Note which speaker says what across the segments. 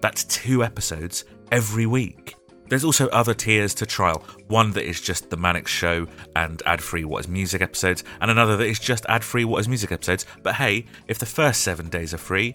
Speaker 1: That's two episodes every week. There's also other tiers to trial. One that is just the Manic Show and ad free What is Music episodes, and another that is just ad free What is Music episodes. But hey, if the first seven days are free,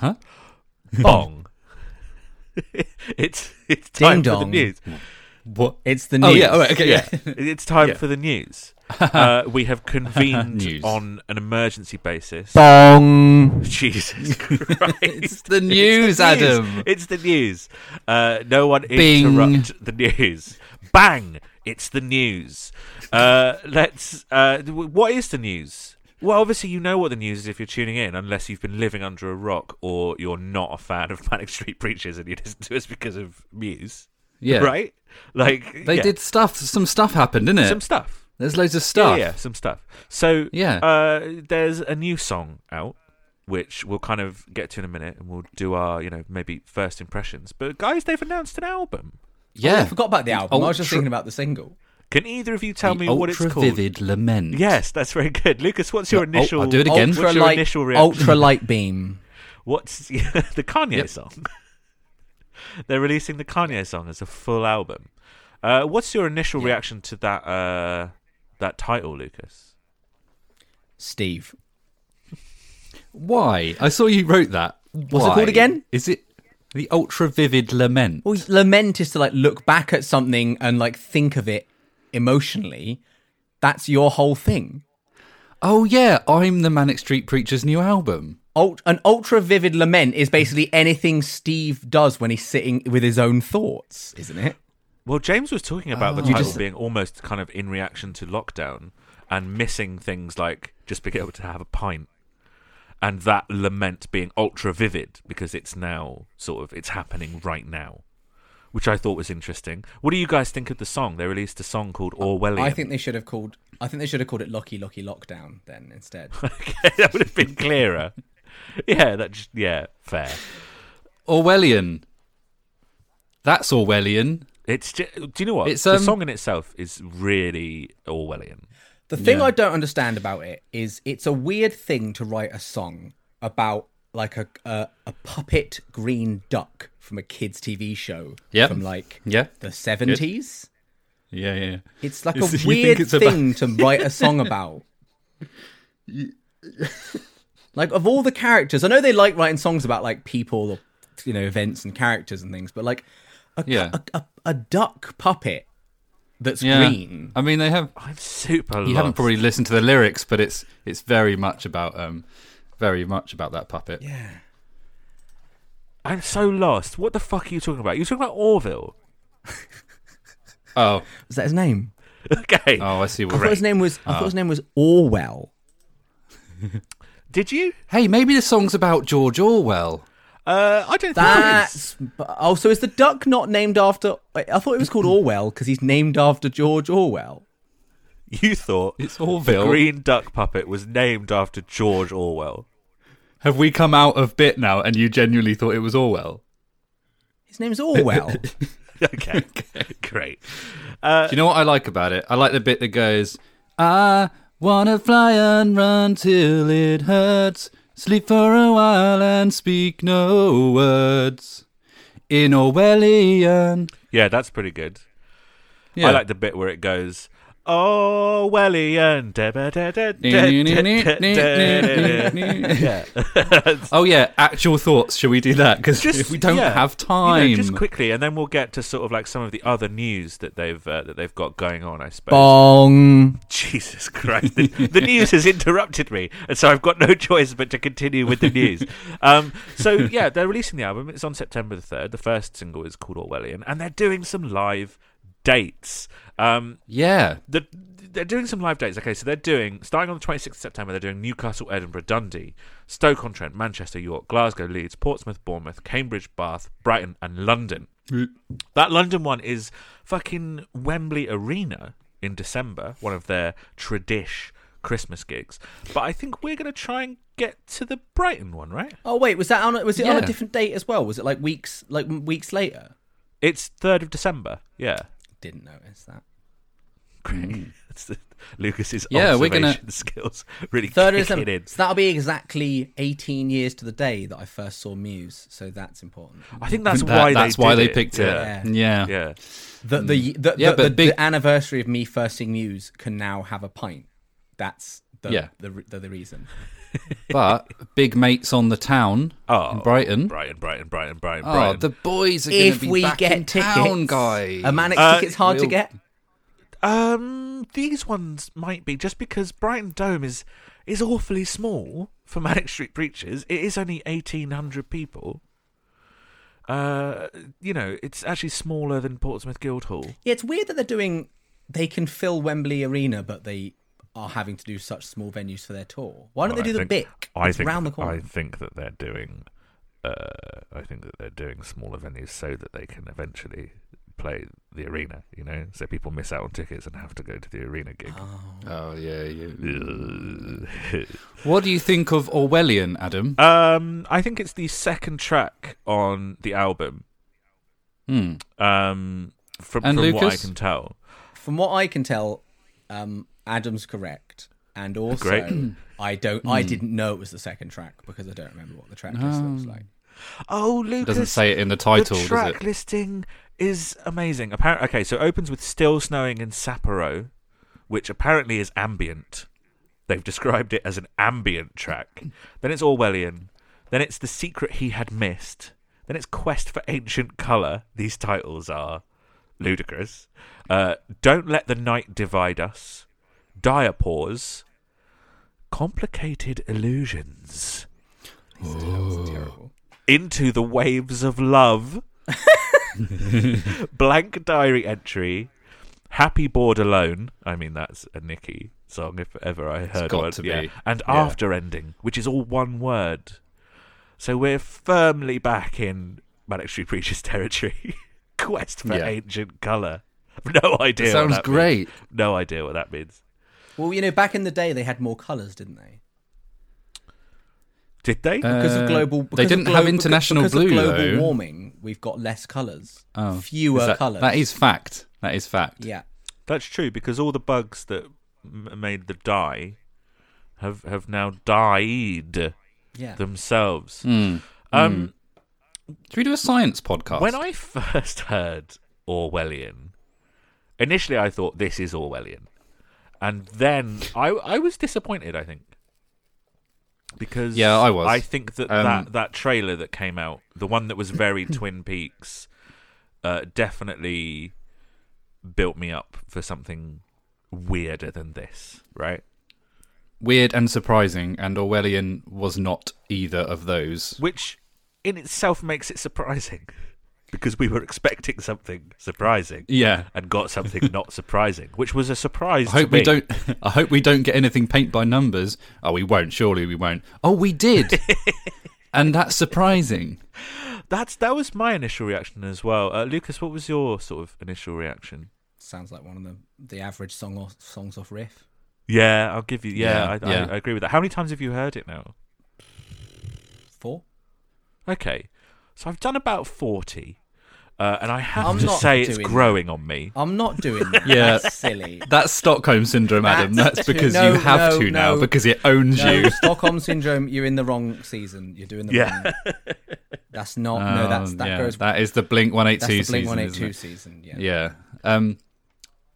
Speaker 2: Huh?
Speaker 1: Bong. it's it's time
Speaker 2: Ding
Speaker 1: for the
Speaker 2: dong.
Speaker 1: news.
Speaker 2: What? It's the news.
Speaker 3: Oh, yeah, all right, okay, yeah.
Speaker 1: It's time for the news. Uh, we have convened
Speaker 2: News.
Speaker 1: on an emergency basis.
Speaker 2: Bong.
Speaker 1: Jesus Christ!
Speaker 2: It's the news, Adam.
Speaker 1: It's the news. Uh, no one
Speaker 2: Bing.
Speaker 1: interrupt the news. Bang! It's the news. Uh, let's. Uh, w- what is the news? Well, obviously you know what the news is if you're tuning in, unless you've been living under a rock or you're not a fan of Manic Street Preachers and you listen to us because of Muse,
Speaker 2: Yeah.
Speaker 1: right? Like
Speaker 2: They
Speaker 1: yeah.
Speaker 2: did stuff. Some stuff happened, didn't it?
Speaker 1: some stuff.
Speaker 2: There's loads of stuff.
Speaker 1: Yeah, Oh, yeah, some stuff. So
Speaker 2: Yeah.
Speaker 1: uh, there's a new song out, which we'll kind of get to in a minute, and we'll do our you know maybe first impressions. But guys, they've announced an album.
Speaker 2: Yeah.
Speaker 3: I forgot about the album. I was just
Speaker 2: ultra-
Speaker 3: thinking about the single.
Speaker 1: Can either of you tell
Speaker 2: The
Speaker 1: me
Speaker 2: ultra
Speaker 1: what it's called?
Speaker 2: vivid lament.
Speaker 1: Yes, that's very good, Lucas. What's your
Speaker 2: Oh,
Speaker 1: initial?
Speaker 2: I'll do it again.
Speaker 1: What's your initial reaction?
Speaker 3: ultra light beam.
Speaker 1: What's the Kanye
Speaker 2: Yep.
Speaker 1: song? They're releasing the Kanye song as a full album. Uh, what's your initial reaction to that uh, that title, Lucas?
Speaker 3: Steve.
Speaker 2: Why? I saw you wrote that. What's
Speaker 3: it called again?
Speaker 2: Is it the ultra vivid lament?
Speaker 3: Well, lament is to like look back at something and like think of it emotionally. That's your whole thing.
Speaker 2: Oh yeah, I'm the Manic Street Preacher's new album.
Speaker 3: Ult- an ultra vivid lament is basically anything Steve does when he's sitting with his own thoughts, isn't it?
Speaker 1: Well, James was talking about the
Speaker 2: Oh. You
Speaker 1: title
Speaker 2: just-
Speaker 1: being almost kind of in reaction to lockdown and missing things like just being able to have a pint and that lament being ultra vivid because it's now sort of it's happening right now, which I thought was interesting. What do you guys think of the song? They released a song called Orwellian.
Speaker 3: I think they should have called. I think they should have called it Locky Locky Lockdown then instead.
Speaker 1: Okay, that would have been clearer. yeah, that just, yeah, fair.
Speaker 2: Orwellian. That's Orwellian.
Speaker 1: It's ju- do you know what?
Speaker 2: It's,
Speaker 1: the
Speaker 2: um,
Speaker 1: song in itself is really Orwellian.
Speaker 3: The thing
Speaker 2: Yeah.
Speaker 3: I don't understand about it is it's a weird thing to write a song about like a a, a puppet green duck from a kids TV show
Speaker 2: Yep.
Speaker 3: from like
Speaker 2: Yeah.
Speaker 3: the seventies.
Speaker 2: Yeah, yeah.
Speaker 3: It's like
Speaker 2: You
Speaker 3: a
Speaker 2: think
Speaker 3: weird
Speaker 2: it's about-
Speaker 3: thing to write a song about. like of all the characters, I know they like writing songs about like people or you know events and characters and things, but like a
Speaker 2: Yeah.
Speaker 3: a, a, a duck puppet that's
Speaker 2: Yeah.
Speaker 3: green.
Speaker 2: I mean, they have
Speaker 1: I'm super.
Speaker 2: you haven't
Speaker 1: lost.
Speaker 2: probably listened to the lyrics, but it's it's very much about um very much about that puppet.
Speaker 3: Yeah.
Speaker 1: I'm so lost. What the fuck are you talking about? You're talking about Orville.
Speaker 2: Oh,
Speaker 3: Is that his name?
Speaker 1: Okay.
Speaker 2: oh, I see. What
Speaker 3: I thought his name was. I thought his name was Orwell.
Speaker 1: Did you?
Speaker 2: Hey, maybe the song's about George Orwell.
Speaker 1: Uh, I don't think it is.
Speaker 3: That's oh. So is the duck not named after? I thought it was called Orwell because he's named after George Orwell.
Speaker 1: You thought
Speaker 2: It's
Speaker 1: the
Speaker 2: Orville.
Speaker 1: Green Duck puppet was named after George Orwell.
Speaker 2: Have we come out of bit now and you genuinely thought it was Orwell?
Speaker 3: His name's Orwell.
Speaker 1: Okay, great. Uh,
Speaker 2: Do you know what I like about it? I like the bit that goes, I wanna fly and run till it hurts, sleep for a while and speak no words. In Orwellian.
Speaker 1: Yeah, that's pretty good.
Speaker 2: Yeah.
Speaker 1: I like the bit where it goes, Oh, Wellian. da- ba- da- da- da- da- da- da- da."
Speaker 2: yeah. oh yeah, actual thoughts. Should we do that? Because
Speaker 1: Just
Speaker 2: we don't
Speaker 1: yeah,
Speaker 2: have
Speaker 1: you know,
Speaker 2: time.
Speaker 1: just quickly, and then we'll get to sort of like some of the other news that they've uh, that they've got going on. I suppose.
Speaker 3: Bong.
Speaker 1: Jesus Christ. The, the news has interrupted me, and so I've got no choice but to continue with the news. Um, so, yeah, they're releasing the album. It's on September the 3rd. The first single is called Orwellian, and they're doing some live dates. Um,
Speaker 2: yeah.
Speaker 1: the, they're doing some live dates. Okay, so they're doing starting on the 26th of September. They're doing Newcastle, Edinburgh, Dundee, Stoke on Trent, Manchester, York, Glasgow, Leeds, Portsmouth, Bournemouth, Cambridge, Bath, Brighton, and London. That London one is fucking Wembley Arena in December, one of their tradish Christmas gigs. But I think we're going to try and get to the Brighton one, right?
Speaker 3: Oh wait, was that on? a- Was it on a
Speaker 2: Yeah.
Speaker 3: different date as well? Was it like weeks, like m- weeks later?
Speaker 1: It's 3rd of December. Yeah.
Speaker 3: Didn't notice that.
Speaker 1: Great. That's the- Lucas's
Speaker 2: Hmm. Yeah, we're
Speaker 1: observation
Speaker 2: gonna-
Speaker 1: skills really
Speaker 3: Third of
Speaker 1: kicking
Speaker 3: December.
Speaker 1: in.
Speaker 3: So that'll be exactly 18 years to the day that I first saw Muse. So that's important.
Speaker 1: I think that's
Speaker 2: That-
Speaker 1: why
Speaker 2: that's
Speaker 1: they
Speaker 2: why
Speaker 1: did
Speaker 2: they
Speaker 1: it.
Speaker 2: picked
Speaker 1: Yeah.
Speaker 2: it. Yeah.
Speaker 1: yeah.
Speaker 3: The the the,
Speaker 2: Yeah,
Speaker 3: the,
Speaker 2: but
Speaker 3: the,
Speaker 2: big-
Speaker 3: the anniversary of me first seeing Muse can now have a pint. That's the
Speaker 2: Yeah.
Speaker 3: the, re- the the reason.
Speaker 2: But big mates on the town
Speaker 1: Oh,
Speaker 2: in Brighton.
Speaker 1: Brighton, Brighton, Brighton, Brighton,
Speaker 2: Oh,
Speaker 1: Brighton.
Speaker 2: the boys are going to
Speaker 3: If
Speaker 2: be
Speaker 3: we
Speaker 2: back
Speaker 3: get
Speaker 2: in
Speaker 3: tickets,
Speaker 2: town, guys.
Speaker 3: a manic
Speaker 1: Uh,
Speaker 3: ticket's hard
Speaker 2: we'll-
Speaker 3: to get.
Speaker 1: Um, these ones might be just because Brighton Dome is is awfully small for Manic Street Preachers. It is only eighteen hundred people. Uh, you know, it's actually smaller than Portsmouth Guildhall.
Speaker 3: Yeah, it's weird that they're doing. They can fill Wembley Arena, but they are having to do such small venues for their tour. Why don't they do the big?
Speaker 1: I
Speaker 3: it's
Speaker 1: think
Speaker 3: round the corner.
Speaker 1: I think that they're doing. Uh, I think that they're doing smaller venues so that they can eventually play the arena. You know, so people miss out on tickets and have to go to the arena gig.
Speaker 2: Oh yeah, yeah. what do you think of Orwellian, Adam?
Speaker 3: Ah.
Speaker 1: Um, I think it's the second track on the album.
Speaker 2: Hmm.
Speaker 1: Um, from,
Speaker 2: And
Speaker 1: from what I
Speaker 2: Lucas?
Speaker 1: can tell,
Speaker 3: From what I can tell, um, Adam's correct, and also
Speaker 1: Great.
Speaker 3: I don't. I didn't know it was the second track because I don't remember what the track list looks like.
Speaker 1: oh Lucas
Speaker 2: Doesn't say it in the title,
Speaker 1: The
Speaker 2: does
Speaker 1: track
Speaker 2: it?
Speaker 1: listing is amazing. Apparently, okay, so it opens with "Still Snowing in Sapporo," which apparently is ambient. They've described it as an ambient track. then it's Orwellian. Then it's "The Secret He Had Missed." Then it's "Quest for Ancient Color." These titles are ludicrous. Uh, "Don't Let the Night Divide Us." Dire Pause. Complicated Illusions.
Speaker 3: These titles are terrible.
Speaker 1: Into the Waves of Love. Blank diary entry. Happy Board Alone. I mean, that's a Nicky song if ever I heard
Speaker 2: got
Speaker 1: one.
Speaker 2: to
Speaker 1: yeah.
Speaker 2: be.
Speaker 1: And
Speaker 2: Yeah.
Speaker 1: After Ending, which is all one word. So we're firmly back in Manic Street Preachers territory. Quest for
Speaker 2: Yeah.
Speaker 1: Ancient Colour. I've no idea. what
Speaker 2: sounds
Speaker 1: that means.
Speaker 2: great.
Speaker 1: No idea what that means.
Speaker 3: Well, you know, back in the day, they had more colours, didn't they?
Speaker 1: Did they?
Speaker 3: Because of
Speaker 2: Uh,
Speaker 3: global,
Speaker 2: they
Speaker 3: because of
Speaker 2: didn't have
Speaker 3: glo- because-
Speaker 2: international
Speaker 3: because
Speaker 2: blue
Speaker 3: of global
Speaker 2: though.
Speaker 3: warming. We've got less colours,
Speaker 2: Oh, is
Speaker 3: fewer
Speaker 2: that-
Speaker 3: colours.
Speaker 2: That is fact. That is fact.
Speaker 3: yeah.
Speaker 1: That's true because all the bugs that m- made the dye have have now died
Speaker 3: Yeah.
Speaker 1: themselves.
Speaker 2: Hmm.
Speaker 1: Um,
Speaker 2: Should we do a science podcast?
Speaker 1: When I first heard Orwellian, initially I thought this is Orwellian, and then I I was disappointed. I think because
Speaker 2: Yeah, I was.
Speaker 1: I think that
Speaker 2: Um,
Speaker 1: that, that trailer that came out, the one that was very Twin Peaks, uh, definitely built me up for something weirder than this. Right.
Speaker 2: Weird and surprising, and Orwellian was not either of those.
Speaker 1: which in itself makes it surprising because we were expecting something surprising
Speaker 2: Yeah.
Speaker 1: and got something not surprising, which was a surprise.
Speaker 2: I
Speaker 1: to
Speaker 2: hope we
Speaker 1: me.
Speaker 2: don't. I hope we don't get anything paint by numbers. Oh, we won't. Surely we won't. Oh, we did, and that's surprising.
Speaker 1: That's that was my initial reaction as well. Uh, Lucas, what was your sort of initial reaction?
Speaker 3: Sounds like one of the the average song or songs off riff.
Speaker 1: Yeah, I'll give you. Yeah,
Speaker 2: Yeah,
Speaker 1: I,
Speaker 2: yeah.
Speaker 1: I, I agree with that. How many times have you heard it now?
Speaker 3: Four.
Speaker 1: Okay, so I've done about forty, uh, and I have
Speaker 3: I'm
Speaker 1: to
Speaker 3: not
Speaker 1: say it's
Speaker 3: doing that.
Speaker 1: growing on me.
Speaker 3: I'm not doing that.
Speaker 2: Yeah.
Speaker 3: That's silly.
Speaker 2: That's Stockholm syndrome, Adam.
Speaker 3: That's-
Speaker 2: That's because
Speaker 3: No,
Speaker 2: you have
Speaker 3: no,
Speaker 2: to now
Speaker 3: no.
Speaker 2: because it owns
Speaker 3: No,
Speaker 2: you.
Speaker 3: Stockholm syndrome. You're in the wrong season. You're doing the
Speaker 1: Yeah.
Speaker 3: wrong. That's not. no, that's that
Speaker 2: Um, yeah,
Speaker 3: goes.
Speaker 2: that is the Blink One Eight
Speaker 3: that's
Speaker 2: Two
Speaker 3: the Blink One
Speaker 2: season.
Speaker 3: Eight
Speaker 2: isn't
Speaker 3: Two
Speaker 2: it?
Speaker 3: season. Yeah.
Speaker 2: Yeah. Um,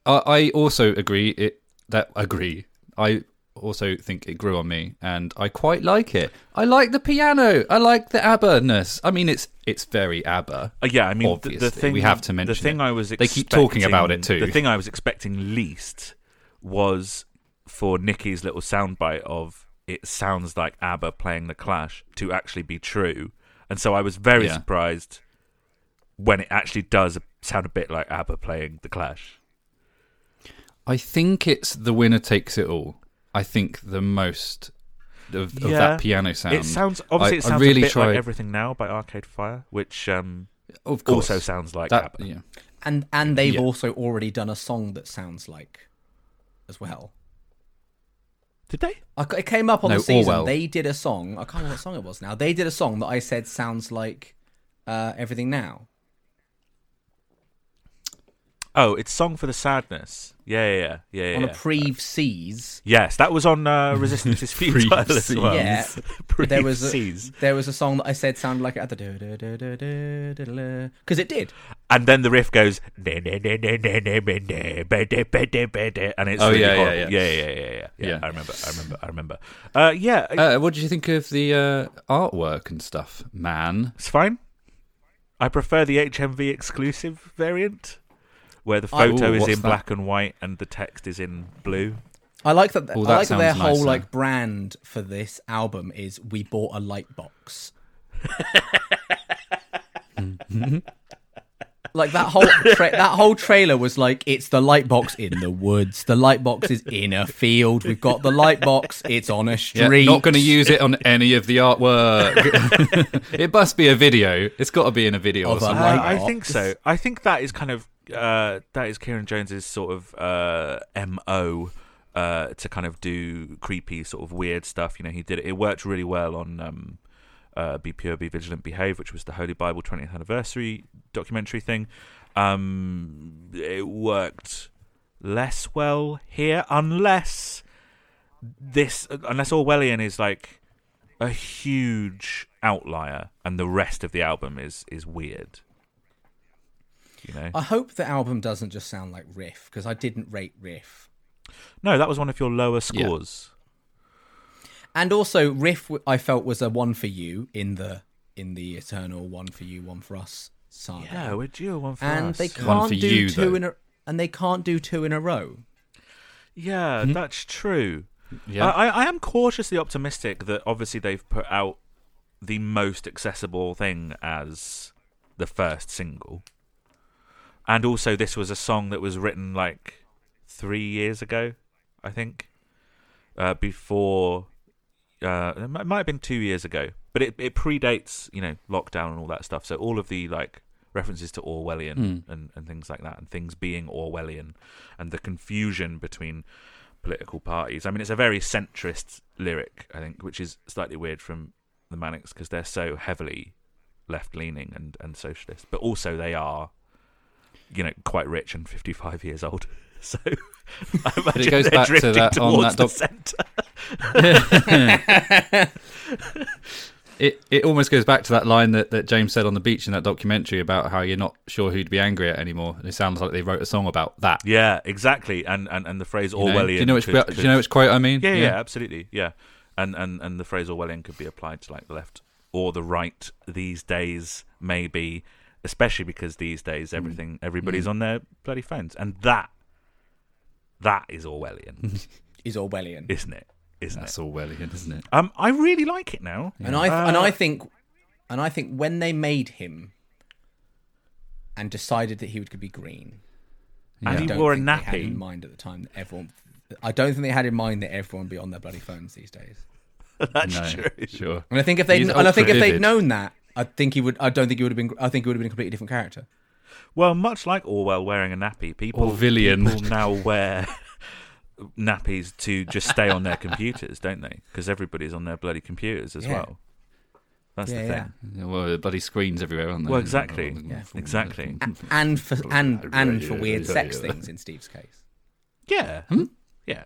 Speaker 2: I, I also agree it that agree. I also think it grew on me, and I quite like it. I like the piano. I like the ABBA-ness. I mean, it's it's very ABBA.
Speaker 1: Uh, yeah, I mean the,
Speaker 2: Obviously,
Speaker 1: the thing
Speaker 2: we have to
Speaker 1: the
Speaker 2: mention
Speaker 1: thing
Speaker 2: it.
Speaker 1: I was
Speaker 2: They keep talking about it,
Speaker 1: expecting-
Speaker 2: too.
Speaker 1: The thing I was expecting least was for Nikki's little soundbite of "It sounds like ABBA playing the Clash" to actually be true, and so I was very
Speaker 2: Yeah.
Speaker 1: surprised when it actually does sound a bit like ABBA playing the Clash.
Speaker 2: I think it's the winner takes it all. I think the most of, of
Speaker 1: Yeah.
Speaker 2: that piano sound.
Speaker 1: It sounds obviously
Speaker 2: I-
Speaker 1: it
Speaker 2: I
Speaker 1: sounds
Speaker 2: really
Speaker 1: a bit
Speaker 2: tried-
Speaker 1: like everything now by Arcade Fire, which um,
Speaker 2: of course,
Speaker 1: also sounds like
Speaker 2: that.
Speaker 1: ABBA.
Speaker 2: Yeah.
Speaker 3: And and they've
Speaker 2: Yeah.
Speaker 3: also already done a song that sounds like, as well.
Speaker 1: Did they?
Speaker 3: I c it came up on
Speaker 2: No,
Speaker 3: the season.
Speaker 2: Orwell.
Speaker 3: They did a song. I can't remember what song it was now. They did a song that I said sounds like uh, everything now.
Speaker 1: Oh, it's "Song for the Sadness." Yeah, yeah, yeah, yeah. yeah,
Speaker 3: on
Speaker 1: yeah.
Speaker 3: a Preve Seas.
Speaker 1: Yes, that was on uh, Resistance is Futile as
Speaker 2: Pre-seas.
Speaker 1: well.
Speaker 3: Yeah.
Speaker 1: Pre-
Speaker 3: There was a,
Speaker 1: seas.
Speaker 3: there was a song that I said sounded like because it did.
Speaker 1: and then the riff goes "Ne, ne, ne, ne, ne, ne, ne, ne, be, de, be, de, be, de," and it's
Speaker 2: Oh,
Speaker 1: really
Speaker 2: yeah, yeah,
Speaker 1: horrible. yeah,
Speaker 2: yeah.
Speaker 1: yeah, yeah, yeah, yeah.
Speaker 2: Yeah.
Speaker 1: I remember, I remember, I remember. Uh, yeah,
Speaker 2: Uh, what did you think of the uh, artwork and stuff, man?
Speaker 1: it's fine. I prefer the HMV exclusive variant, where the
Speaker 3: I-
Speaker 1: photo
Speaker 2: Ooh,
Speaker 1: is
Speaker 2: what's
Speaker 1: in
Speaker 2: that?
Speaker 1: black and white and the text is in blue.
Speaker 3: I like that.
Speaker 2: Well,
Speaker 3: I
Speaker 2: that
Speaker 3: like that their
Speaker 2: sounds
Speaker 3: whole
Speaker 2: nicer.
Speaker 3: like brand for this album is we bought a light box. like that whole tra- that whole trailer was like it's the light box in the woods. The light box is in a field. We've got the light box. It's on a
Speaker 2: Yeah,
Speaker 3: street.
Speaker 2: not going to use it on any of the artwork. it must be a video. It's got to be in a video
Speaker 3: Of
Speaker 2: or
Speaker 3: a
Speaker 2: something.
Speaker 3: light
Speaker 1: I, I
Speaker 3: box.
Speaker 1: think so. I think that is kind of uh, that is Kieran Jones's sort of uh, mo uh, to kind of do creepy sort of weird stuff. You know, he did it. It worked really well on um, uh, "Be Pure, Be Vigilant, Behave," which was the Holy Bible 20th anniversary documentary thing. Um, it worked less well here, unless this, unless Orwellian is like a huge outlier and the rest of the album is is weird you know
Speaker 3: I hope the album doesn't just sound like riff because I didn't rate riff.
Speaker 1: no that was one of your lower
Speaker 2: Yeah.
Speaker 1: scores
Speaker 3: And also, riff w- I felt was a one for you in the in the eternal one for you, one for us saga.
Speaker 1: yeah, we're due one for
Speaker 3: and
Speaker 1: us.
Speaker 3: they
Speaker 2: One
Speaker 3: can't
Speaker 2: for
Speaker 3: do
Speaker 2: you,
Speaker 3: two
Speaker 2: though.
Speaker 3: in a and they can't do two in a row.
Speaker 1: yeah that's true
Speaker 2: Yeah.
Speaker 1: I, I I am cautiously optimistic that obviously they've put out the most accessible thing as the first single and also this was a song that was written like three years ago i think uh, before uh, it mi- might have been two years ago, but it, it predates you know lockdown and all that stuff. So all of the like references to Orwellian and, and things like that, and things being Orwellian, and the confusion between political parties. I mean, it's a very centrist lyric, I think, which is slightly weird from the Manics because they're so heavily left leaning and and socialist, but also they are you know quite rich and fifty five years old. So I imagine
Speaker 2: goes
Speaker 1: they're
Speaker 2: back to
Speaker 1: drifting
Speaker 2: that- on
Speaker 1: towards
Speaker 2: that
Speaker 1: the
Speaker 2: doc-
Speaker 1: centre.
Speaker 2: It it almost goes back to that line that, that James said on the beach in that documentary about how you're not sure who'd be angry at anymore. And it sounds like they wrote a song about that.
Speaker 1: Yeah, exactly. And and, and the phrase
Speaker 2: You know?
Speaker 1: Orwellian.
Speaker 2: Do you know which
Speaker 1: could-
Speaker 2: do you know which quote I mean?
Speaker 1: could- yeah, yeah, absolutely. Yeah, and and and the phrase Orwellian could be applied to like the left or the right these days, maybe, especially because these
Speaker 3: Mm.
Speaker 1: days everything everybody's on their bloody phones, and that that is Orwellian,
Speaker 3: Is Orwellian,
Speaker 1: isn't it? Isn't
Speaker 2: That's
Speaker 1: it?
Speaker 2: Orwellian, isn't it?
Speaker 1: Um, I really like it now.
Speaker 3: and I and
Speaker 1: Uh,
Speaker 3: I think and I think when they made him and decided that he would be green,
Speaker 1: and
Speaker 3: I
Speaker 1: he
Speaker 3: don't
Speaker 1: wore a
Speaker 3: think they had in
Speaker 1: nappy.
Speaker 3: mind at the time that everyone. I don't think they had in mind that everyone would be on their bloody phones these days.
Speaker 1: That's
Speaker 2: No,
Speaker 1: true.
Speaker 2: sure.
Speaker 3: And I think if they
Speaker 2: He's
Speaker 3: and I think if
Speaker 2: ultra
Speaker 3: they'd
Speaker 2: vivid.
Speaker 3: known that, I think he would. I don't think he would have been. I think he would have been a completely different character.
Speaker 1: Well, much like Orwell wearing a nappy, people,
Speaker 2: Orwellian.
Speaker 1: people now wear nappies to just stay on their computers, don't they? Because everybody's on their bloody computers as
Speaker 3: Yeah.
Speaker 1: well. That's
Speaker 3: Yeah,
Speaker 1: the
Speaker 3: yeah.
Speaker 1: thing.
Speaker 2: Yeah, well, there are bloody screens everywhere, aren't Oh, there?
Speaker 1: Well, exactly.
Speaker 2: Yeah.
Speaker 1: Exactly.
Speaker 3: and for and and for
Speaker 2: yeah,
Speaker 3: weird
Speaker 2: yeah,
Speaker 3: sex
Speaker 2: yeah.
Speaker 3: things in Steve's case.
Speaker 1: Yeah. Yeah.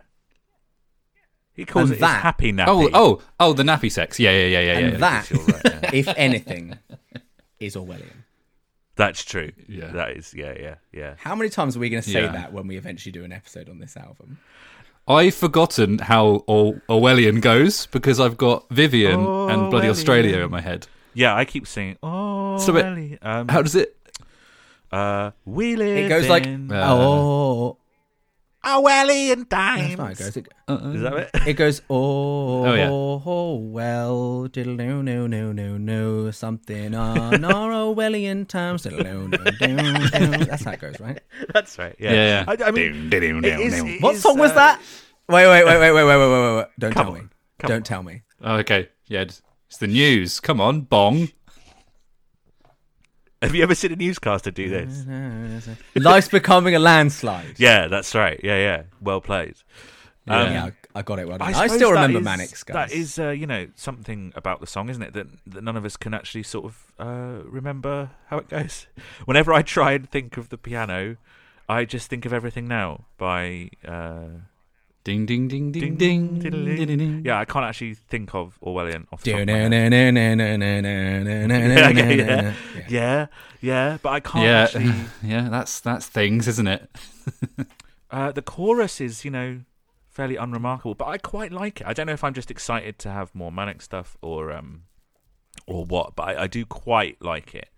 Speaker 1: He calls
Speaker 3: Hmm? And
Speaker 1: it
Speaker 3: that-
Speaker 1: his happy nappy.
Speaker 2: Oh, oh, oh, the nappy sex. Yeah, yeah, yeah, yeah.
Speaker 3: And
Speaker 2: yeah.
Speaker 3: that,
Speaker 1: you're right,
Speaker 3: if anything, is Orwellian.
Speaker 1: That's true.
Speaker 2: Yeah.
Speaker 1: That is, yeah, yeah, yeah.
Speaker 3: How many times are we going to say
Speaker 2: Yeah.
Speaker 3: that when we eventually do an episode on this album?
Speaker 2: I've forgotten how or- Orwellian goes because I've got Vivian and bloody
Speaker 1: Orwellian.
Speaker 2: Australia in my head.
Speaker 1: Yeah, I keep singing, oh,
Speaker 2: So,
Speaker 1: so
Speaker 2: wait,
Speaker 1: um,
Speaker 2: How does it?
Speaker 1: uh, we live
Speaker 3: It goes like,
Speaker 1: in
Speaker 2: Uh,
Speaker 3: oh,
Speaker 1: Orwellian
Speaker 3: that's
Speaker 1: times.
Speaker 3: not how it goes. It,
Speaker 1: Is that it?
Speaker 3: it goes, oh,
Speaker 2: Oh, yeah.
Speaker 3: oh, well, diddle no, no, no, no, no, something on our Orwellian times. diddle no, no, no, no. That's how it goes, right?
Speaker 1: That's right. Yeah.
Speaker 2: Yeah, yeah.
Speaker 1: I, I mean, it is- it
Speaker 3: What
Speaker 1: is,
Speaker 3: song was
Speaker 1: uh,
Speaker 3: that? Wait, wait, wait, wait, wait, wait, wait, wait, wait. Don't
Speaker 1: Come
Speaker 3: tell me.
Speaker 1: on. Come
Speaker 3: Don't
Speaker 1: on.
Speaker 3: tell me.
Speaker 2: Oh, okay, yeah, it's it's the news. Come on, bong.
Speaker 1: Have you ever seen a newscaster do this?
Speaker 3: Mm. Life's becoming a landslide.
Speaker 1: Yeah, that's right. Yeah, yeah. Well played. Um,
Speaker 3: yeah, I, I got it. Well done. I,
Speaker 1: suppose
Speaker 3: still
Speaker 1: that
Speaker 3: remember
Speaker 1: is-
Speaker 3: Mannix, guys.
Speaker 1: That is, uh, you know, something about the song, isn't it? That, that none of us can actually sort of uh, remember how it goes. Whenever I try and think of the piano, I just think of everything now by. Uh,
Speaker 2: Ding, ding, ding, ding,
Speaker 1: ding,
Speaker 2: ding,
Speaker 1: diddly.
Speaker 2: ding, ding.
Speaker 1: Yeah, I can't actually think of Orwellian off the top of my head. Yeah, okay, yeah,
Speaker 3: Yeah.
Speaker 1: yeah, yeah, but I can't actually.
Speaker 2: yeah, yeah. That's that's things, isn't it?
Speaker 1: Uh, the chorus is, you know, fairly unremarkable, but I quite like it. I don't know if I'm just excited to have more manic stuff or um or what, but I, I do quite like it.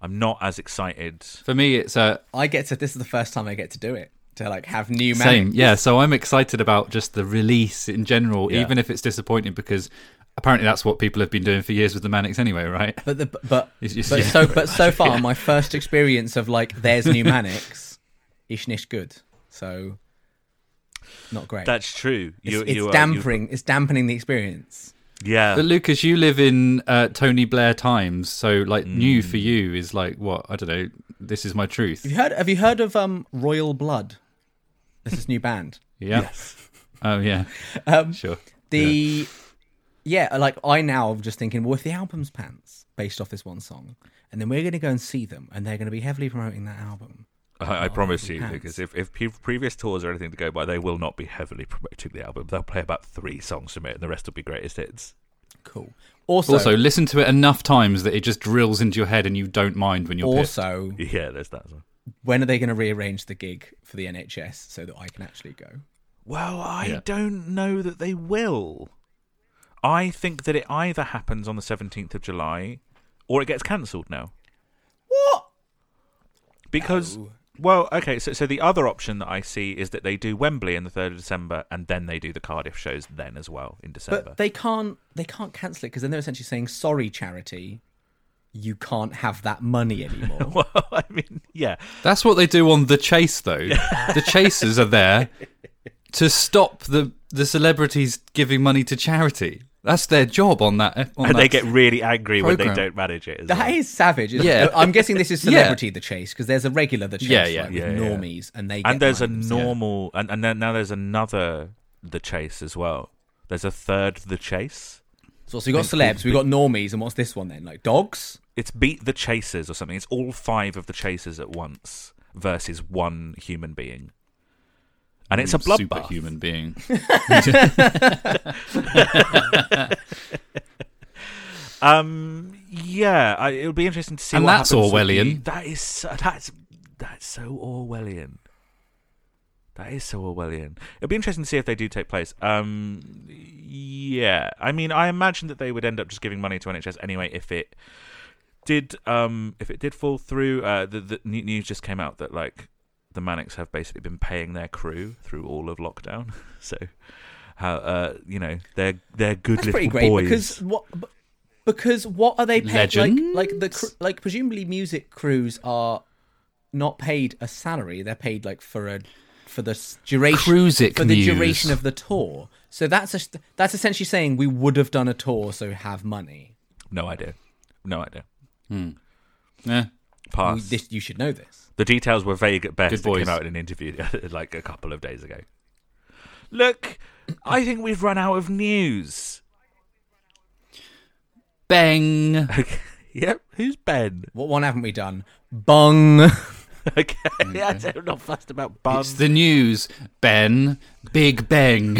Speaker 1: I'm not as excited.
Speaker 2: For me, it's uh,
Speaker 3: I get to. This is the first time I get to do it. To like have new
Speaker 2: same.
Speaker 3: Mannix.
Speaker 2: Yeah, so I'm excited about just the release in general,
Speaker 1: Yeah.
Speaker 2: even if it's disappointing because apparently that's what people have been doing for years with the Manics anyway, right?
Speaker 3: But the but
Speaker 2: It's just-
Speaker 3: but
Speaker 2: yeah,
Speaker 3: so but so far my first experience of like there's new Mannix, ish nish good. So not great.
Speaker 1: That's true.
Speaker 3: it's
Speaker 1: You,
Speaker 3: it's
Speaker 2: uh,
Speaker 1: you are- you-
Speaker 3: dampering. It's dampening the experience.
Speaker 1: yeah,
Speaker 2: But Lucas, you live in uh, Tony Blair times, so like new for you is like what I don't know. This is my truth.
Speaker 3: Have you heard? Have you heard of um Royal Blood? This is new band. Um,
Speaker 2: Yeah. Oh yeah. sure.
Speaker 3: The yeah. like I now am just thinking, well, if the album's pants based off this one song, and then we're going to go and see them, and they're going to be heavily promoting that album.
Speaker 1: I, I promise you,
Speaker 3: pants.
Speaker 1: because if, if pre- previous tours are anything to go by, they will not be heavily promoting the album. They'll play about three songs from it, and the rest will be greatest hits.
Speaker 3: Cool. Also,
Speaker 2: Also,
Speaker 3: also,
Speaker 2: listen to it enough times that it just drills into your head and you don't mind when you're pissed.
Speaker 1: Yeah, there's that. as well.
Speaker 3: when are they going to rearrange the gig for the NHS so that I can actually go?
Speaker 1: Well, I
Speaker 2: Yeah.
Speaker 1: don't know that they will. I think that it either happens on the 17th of July or it gets cancelled now.
Speaker 3: What?
Speaker 1: Because, well, okay, so, so the other option that I see is that they do Wembley on the 3rd of December and then they do the Cardiff shows then as well in December.
Speaker 3: But they can't. They can't cancel it because then they're essentially saying, "Sorry, charity, you can't have that money anymore."
Speaker 1: well, I mean, yeah.
Speaker 2: That's what they do on The Chase, though. the Chasers are there to stop the, the celebrities giving money to charity. That's their job on that. eh, On
Speaker 1: And
Speaker 2: that.
Speaker 1: they get really angry when they
Speaker 2: program.
Speaker 1: don't manage it. As
Speaker 3: That
Speaker 1: well.
Speaker 3: is savage. Isn't
Speaker 2: Yeah.
Speaker 3: it? I'm guessing this is
Speaker 2: Yeah.
Speaker 3: celebrity the chase because there's a regular the chase
Speaker 2: Yeah, yeah,
Speaker 3: like,
Speaker 1: yeah,
Speaker 3: with
Speaker 1: yeah.
Speaker 3: normies and they get
Speaker 1: and there's a
Speaker 3: money themselves.
Speaker 1: normal, and, and then now there's another The Chase as well. There's a third The Chase.
Speaker 3: So, so we got celebs, we got normies, and what's this one then? Like dogs?
Speaker 1: it's beat the chasers or something. It's all five of the chasers at once versus one human being, and it's a bloodbath.
Speaker 2: Superhuman being.
Speaker 1: Um, yeah, I, it'll be interesting to see.
Speaker 2: And
Speaker 1: what
Speaker 2: that's
Speaker 1: happens with
Speaker 2: Orwellian.
Speaker 1: the- that is so- that's that's so Orwellian. That is so Orwellian. It'll be interesting to see if they do take place. Um, yeah, I mean, I imagine that they would end up just giving money to NHS anyway if it did um if it did fall through uh the, the new- news just came out that like the manics have basically been paying their crew through all of lockdown so how uh you know they're they're good
Speaker 3: That's
Speaker 1: little
Speaker 3: pretty great
Speaker 1: boys
Speaker 3: because what? b- Because what are they paid? Like,
Speaker 2: Legends?
Speaker 3: like the cr- like presumably music crews are not paid a salary; they're paid like for a for the s- duration
Speaker 2: Cruisic
Speaker 3: for the
Speaker 2: news.
Speaker 3: duration of the tour. So that's a, that's essentially saying we would have done a tour, so have money.
Speaker 1: no idea no idea
Speaker 2: yeah.
Speaker 1: Pass.
Speaker 3: This, you should know this.
Speaker 1: The details were vague at best.
Speaker 2: Good
Speaker 1: It came
Speaker 2: boys.
Speaker 1: out in an interview like a couple of days ago. Look, I think we've run out of news.
Speaker 2: Bang.
Speaker 1: Okay. Yep. Who's Ben?
Speaker 3: What one haven't we done? Bung.
Speaker 1: Okay. I'm not fussed about bum.
Speaker 2: It's the news, Ben. Big Bang.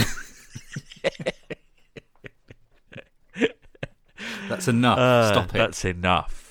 Speaker 2: That's enough.
Speaker 1: Uh,
Speaker 2: Stop it.
Speaker 1: That's enough.